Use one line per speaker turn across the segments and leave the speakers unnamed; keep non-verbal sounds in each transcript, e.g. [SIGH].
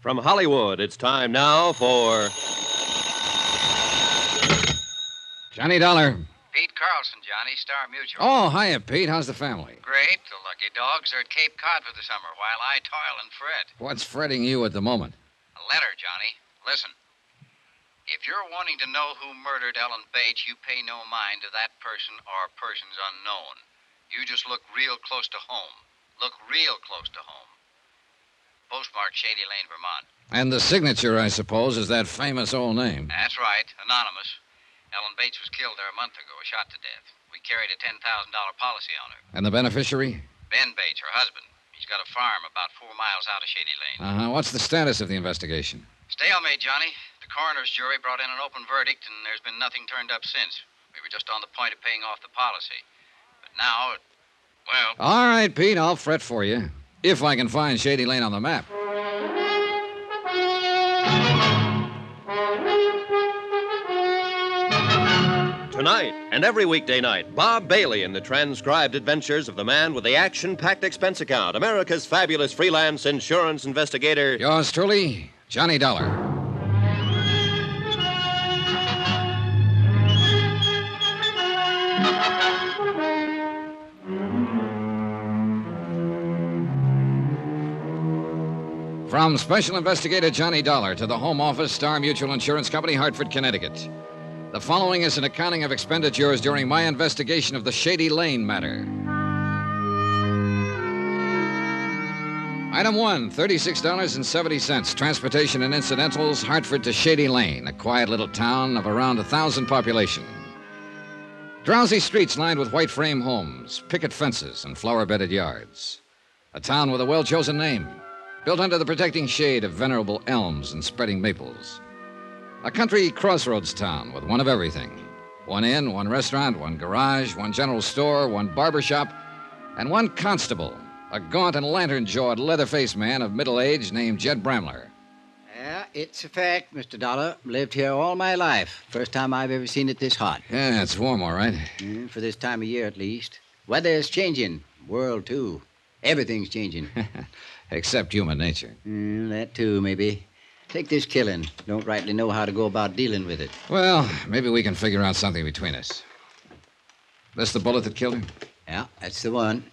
From Hollywood, it's time now for.
Johnny Dollar.
Pete Carlson, Johnny, Star Mutual.
Oh, hiya, Pete. How's the family?
Great. The lucky dogs are at Cape Cod for the summer while I toil and fret.
What's fretting you at the moment?
A letter, Johnny. Listen. If you're wanting to know who murdered Ellen Bates, you pay no mind to that person or persons unknown. You just look real close to home. Look real close to home. Postmark Shady Lane, Vermont.
And the signature, I suppose, is that famous old name.
That's right. Anonymous. Ellen Bates was killed there a month ago, shot to death. We carried a $10,000 policy on her.
And the beneficiary?
Ben Bates, her husband. He's got a farm about four miles out of Shady Lane.
Uh huh. What's the status of the investigation?
Stalemate, Johnny. The coroner's jury brought in an open verdict, and there's been nothing turned up since. We were just on the point of paying off the policy. But now, it- well,
All right, Pete, I'll fret for you. If I can find Shady Lane on the map.
Tonight and every weekday night, Bob Bailey in the transcribed adventures of the man with the action packed expense account, America's fabulous freelance insurance investigator.
Yours truly, Johnny Dollar. From Special Investigator Johnny Dollar to the Home Office, Star Mutual Insurance Company, Hartford, Connecticut. The following is an accounting of expenditures during my investigation of the Shady Lane matter. Item one, $36.70. Transportation and incidentals, Hartford to Shady Lane, a quiet little town of around a thousand population. Drowsy streets lined with white frame homes, picket fences, and flower bedded yards. A town with a well chosen name, built under the protecting shade of venerable elms and spreading maples. A country crossroads town with one of everything one inn, one restaurant, one garage, one general store, one barber shop, and one constable, a gaunt and lantern jawed, leather faced man of middle age named Jed Bramler.
Yeah, it's a fact, Mr. Dollar. Lived here all my life. First time I've ever seen it this hot.
Yeah, it's warm, all right.
Eh, For this time of year, at least. Weather's changing. World, too. Everything's changing.
Except human nature.
Mm, that, too, maybe. Take this killing. Don't rightly know how to go about dealing with it.
Well, maybe we can figure out something between us. This the bullet that killed her?
Yeah, that's the one.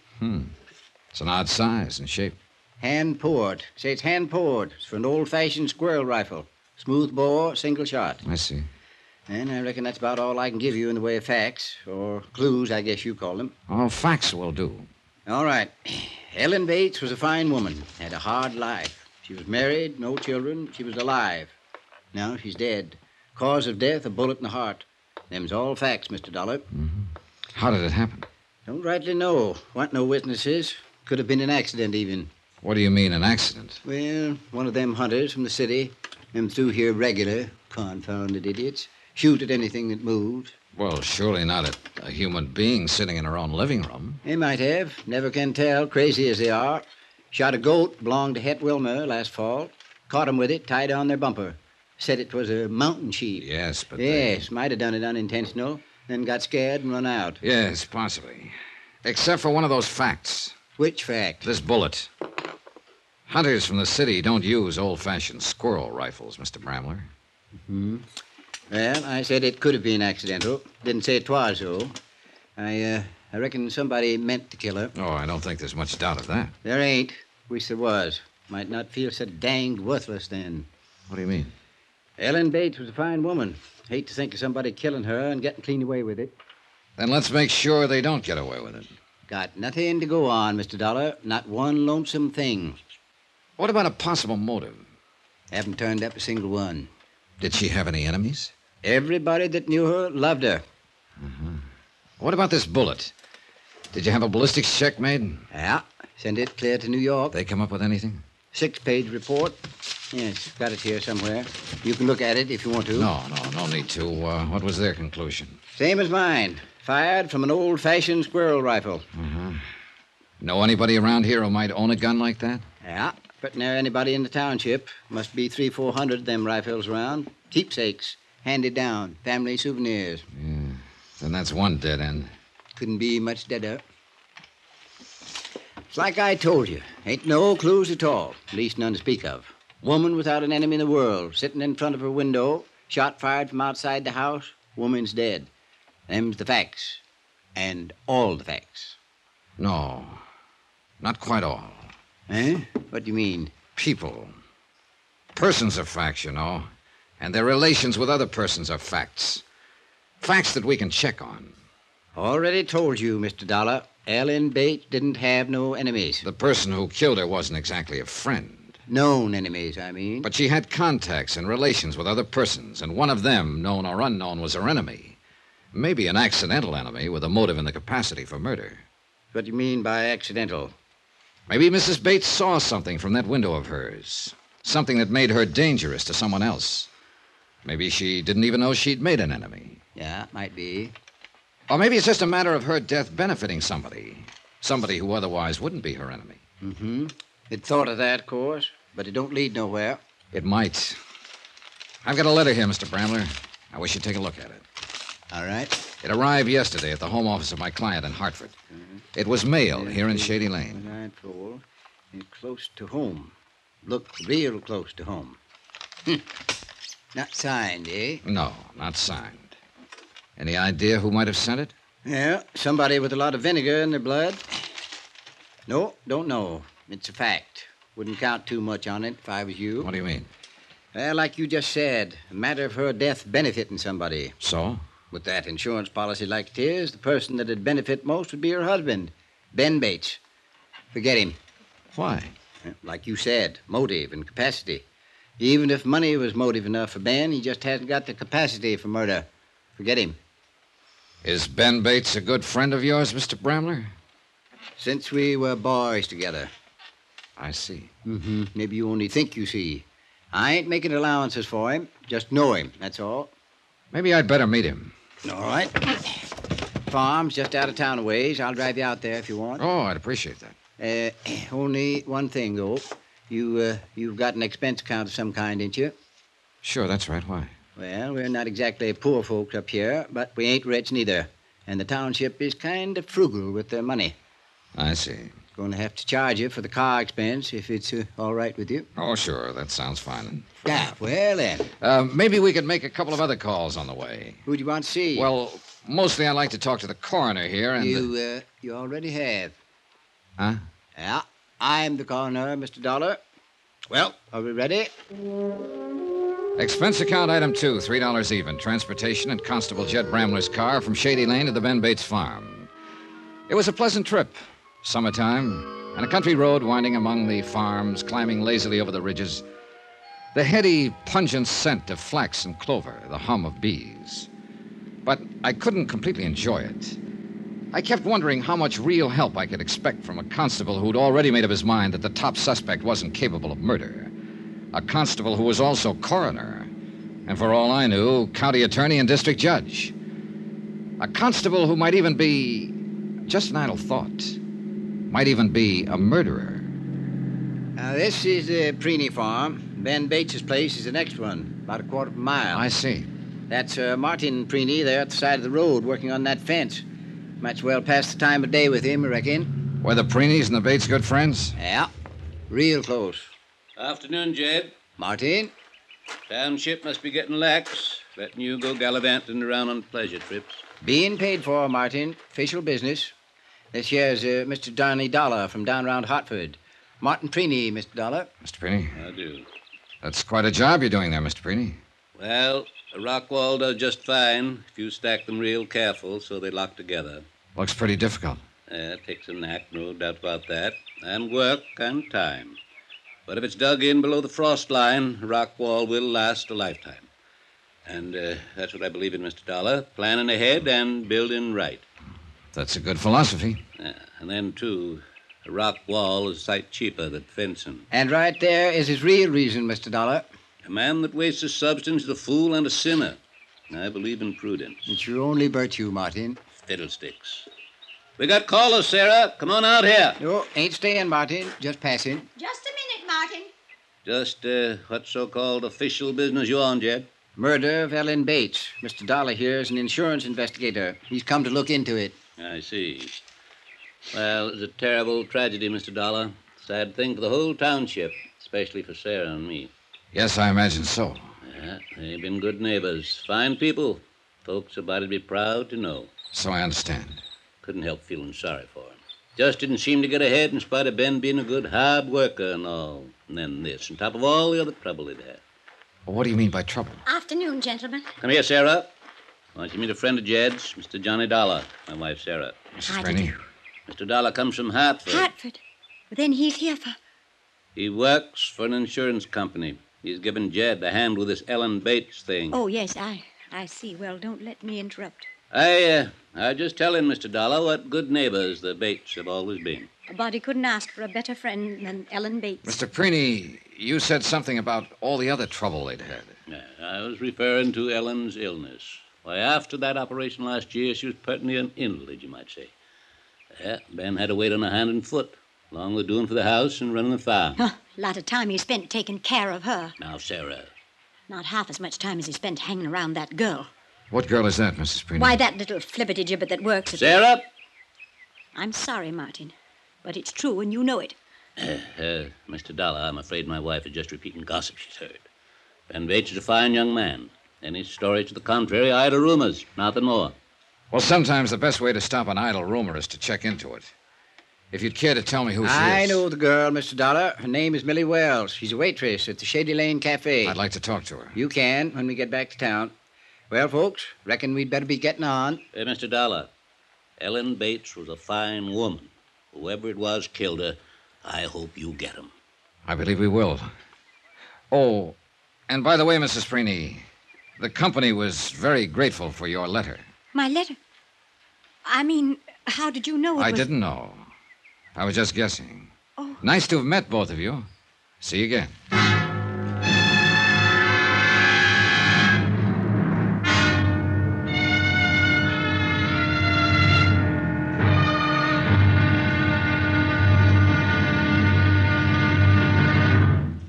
It's an odd size and shape.
Hand poured. Say it's hand poured. It's for an old fashioned squirrel rifle. Smooth bore, single shot.
I see.
And I reckon that's about all I can give you in the way of facts, or clues, I guess you call them.
Oh, facts will do.
All right. [CLEARS THROAT] Ellen Bates was a fine woman, had a hard life. She was married, no children, she was alive. Now she's dead. Cause of death, a bullet in the heart. Them's all facts, Mr. Dollar.
How did it happen?
Don't rightly know. Want no witnesses. Could have been an accident, even.
What do you mean, an accident?
Well, one of them hunters from the city, them through here regular, confounded idiots, shoot at anything that moves.
Well, surely not a, a human being sitting in her own living room.
They might have. Never can tell, crazy as they are. Shot a goat belonged to Het Wilmer last fall. Caught 'em with it, tied on their bumper. Said it was a mountain sheep.
Yes, but. they-
yes, might have done it unintentional. Then got scared and run out.
Yes, possibly. Except for one of those facts
Which fact?
this bullet. Hunters from the city don't use old fashioned squirrel rifles, Mr. Bramler. Hmm?
Well, I said it could have been accidental. Didn't say it was, though. I, uh, I reckon somebody meant to kill her.
Oh, I don't think there's much doubt of that.
There ain't. Wish there was. Might not feel so danged worthless then.
What do you mean?
Ellen Bates was a fine woman. Hate to think of somebody killing her and getting clean away with it.
Then let's make sure they don't get away with it.
Got nothing to go on, Mr. Dollar. Not one lonesome thing.
What about a possible motive?
Haven't turned up a single one.
Did she have any enemies?
Everybody that knew her loved her.
What about this bullet? Did you have a ballistics check made?
Yeah. Sent it clear to New York.
They come up with anything?
Six page report. Yes, got it here somewhere. You can look at it if you want to.
No, no, no need to. Uh, what was their conclusion?
Same as mine. Fired from an old fashioned squirrel rifle.
Know anybody around here who might own a gun like that?
Yeah. But near anybody in the township. Must be three, four hundred of them rifles around. Keepsakes. Handed down. Family souvenirs.
Then that's one dead end.
Couldn't be much deader. It's like I told you. Ain't no clues at all. At least none to speak of. Woman without an enemy in the world, sitting in front of her window, shot fired from outside the house, woman's dead. Them's the facts. And all the facts.
No, not quite all.
Eh? What do you mean?
People. Persons are facts, you know, and their relations with other persons are facts. Facts that we can check on.
Already told you, Mr. Dollar, Ellen Bates didn't have no enemies.
The person who killed her wasn't exactly a friend,
Known enemies, I mean.
but she had contacts and relations with other persons, and one of them, known or unknown, was her enemy. Maybe an accidental enemy with a motive in the capacity for murder.
what do you mean by accidental?
Maybe Mrs. Bates saw something from that window of hers, something that made her dangerous to someone else. Maybe she didn't even know she'd made an enemy.
Yeah, might be.
Or maybe it's just a matter of her death benefiting somebody, somebody who otherwise wouldn't be her enemy.
Mm-hmm. It thought of that, of course, but it don't lead nowhere.
It might. I've got a letter here, Mr. Bramler. I wish you'd take a look at it.
All right.
It arrived yesterday at the home office of my client in Hartford. It was mailed here in Shady Lane.
Nightfall. And close to home. Look real close to home. Hmm. Not signed, eh?
No, not signed. Any idea who might have sent it?
Yeah, somebody with a lot of vinegar in their blood. No, don't know. It's a fact. Wouldn't count too much on it if I was you.
What do you mean?
Well, like you just said, a matter of her death benefiting somebody.
So?
With that insurance policy like it is, the person that'd benefit most would be her husband, Ben Bates. Forget him.
Why?
Like you said, motive and capacity. Even if money was motive enough for Ben, he just hasn't got the capacity for murder. Forget him.
Is Ben Bates a good friend of yours, Mr. Bramler?
Since we were boys together.
I see.
Mm-hmm. Maybe you only think you see. I ain't making allowances for him. Just know him, that's all.
Maybe I'd better meet him.
All right. Farm's just out of town a ways. I'll drive you out there if you want.
Oh, I'd appreciate that.
Uh, [CLEARS THROAT] only one thing, though. You, uh, you've got an expense account of some kind, ain't you?
Sure, that's right. Why?
Well, we're not exactly poor folks up here, but we ain't rich neither. And the township is kind of frugal with their money.
I see.
Going to have to charge you for the car expense if it's uh, all right with you.
Oh, sure, that sounds fine.
Yeah, well then.
Uh, maybe we could make a couple of other calls on the way.
Who'd you want to see?
Well, mostly I'd like to talk to the coroner here and.
you, uh, you already have.
Huh?
Yeah, I'm the coroner, Mr. Dollar. Well, are we ready?
Expense account item two, $3 even. Transportation and Constable Jed Bramler's car from Shady Lane to the Ben Bates farm. It was a pleasant trip. Summertime, and a country road winding among the farms, climbing lazily over the ridges. The heady, pungent scent of flax and clover, the hum of bees. But I couldn't completely enjoy it. I kept wondering how much real help I could expect from a constable who'd already made up his mind that the top suspect wasn't capable of murder a constable who was also coroner, and for all I knew, county attorney and district judge. A constable who might even be just an idle thought, might even be a murderer.
Now, this is the Preeny Farm. Ben Bates's place is the next one, about a quarter of a mile.
I see.
That's uh, Martin Preeny there at the side of the road working on that fence. Might as well pass the time of day with him, I reckon.
Were the Preenies and the Bates good friends?
Yeah, real close.
Afternoon, Jed.
Martin?
Township must be getting lax, letting you go gallivanting around on pleasure trips.
Being paid for, Martin. Official business. This here's uh, Mr. Donnie Dollar from down round Hartford. Martin Preeny, Mr. Dollar.
Mr. Preeny,
I do.
that's quite a job you're doing there, Mr. Preeny.
Well, a rock wall does just fine if you stack them real careful so they lock together.
Looks pretty difficult.
Uh, it takes a knack, no doubt about that, and work and time. But if it's dug in below the frost line, a rock wall will last a lifetime. And uh, that's what I believe in, Mr. Dollar. Planning ahead and building right.
That's a good philosophy.
Yeah, and then, too, a rock wall is a sight cheaper than fencing.
And right there is his real reason, Mr. Dollar.
A man that wastes his substance is a fool and a sinner. I believe in prudence.
It's your only virtue, Martin.
Fiddlesticks. We got callers, Sarah. Come on out here.
No, ain't staying, Martin. Just passing.
Just a minute, Martin.
Just uh, what so-called official business you on, Jed?
Murder of Ellen Bates. Mr. Dollar here is an insurance investigator. He's come to look into it.
I see. Well, it's a terrible tragedy, Mr. Dollar. Sad thing for the whole township, especially for Sarah and me.
Yes, I imagine so.
Yeah, they've been good neighbors, fine people, folks a body'd be proud to know.
So I understand.
Couldn't help feeling sorry for him. Just didn't seem to get ahead in spite of Ben being a good hard worker and all. And then this, on top of all the other trouble he'd had.
Well, what do you mean by trouble?
Afternoon, gentlemen.
Come here, Sarah. Want you to meet a friend of Jed's, Mr. Johnny Dollar, my wife Sarah.
Mrs.
I
Rennie?
Mr. Dollar comes from Hartford.
Hartford. Then he's here for.
He works for an insurance company. He's given Jed a hand with this Ellen Bates thing.
Oh, yes, I I see. Well, don't let me interrupt.
I, uh, I just tell him, Mr. Dollar, what good neighbors the Bates have always been.
A body couldn't ask for a better friend than Ellen Bates.
Mr. Preeny, you said something about all the other trouble they'd had.
Yeah, I was referring to Ellen's illness. Why, after that operation last year, she was pertinently an invalid, you might say. Yeah, Ben had to wait on her hand and foot, along with doing for the house and running the farm.
Huh, a lot of time he spent taking care of her.
Now, Sarah,
Not half as much time as he spent hanging around that girl.
What girl is that, Mrs. Preeny?
Why, that little flibbertigibbet that works at.
Sarah!
I'm sorry, Martin, but it's true and you know it.
Uh, Mr. Dollar, I'm afraid my wife is just repeating gossip she's heard. Ben Bates is a fine young man. Any story to the contrary, idle rumors, nothing more.
Well, sometimes the best way to stop an idle rumor is to check into it. If you'd care to tell me who she
I
is.
know the girl, Mr. Dollar. Her name is Millie Wells. She's a waitress at the Shady Lane Cafe.
I'd like to talk to her.
You can when we get back to town. Well, folks, reckon we'd better be getting on.
Hey, Mr. Uh, Dollar, Ellen Bates was a fine woman. Whoever it was killed her. I hope you get him.
I believe we will. Oh, and by the way, Mrs. Preeny, the company was very grateful for your letter.
My letter. I mean, how did you know Oh, it
I
was.
didn't know. I was just guessing.
Oh.
Nice to have met both of you. See you again.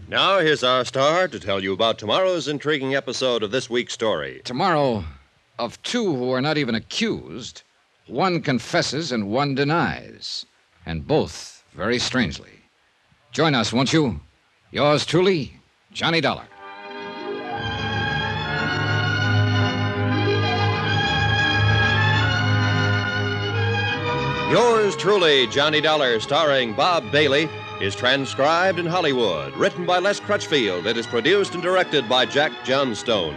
Now, here's our star to tell you about tomorrow's intriguing episode of this week's story.
Tomorrow, of two who are not even accused, one confesses and one denies, and both very strangely. Join us, won't you? Yours truly, Johnny Dollar.
Yours truly, Johnny Dollar, starring Bob Bailey, is transcribed in Hollywood, written by Les Crutchfield. It is produced and directed by Jack Johnstone.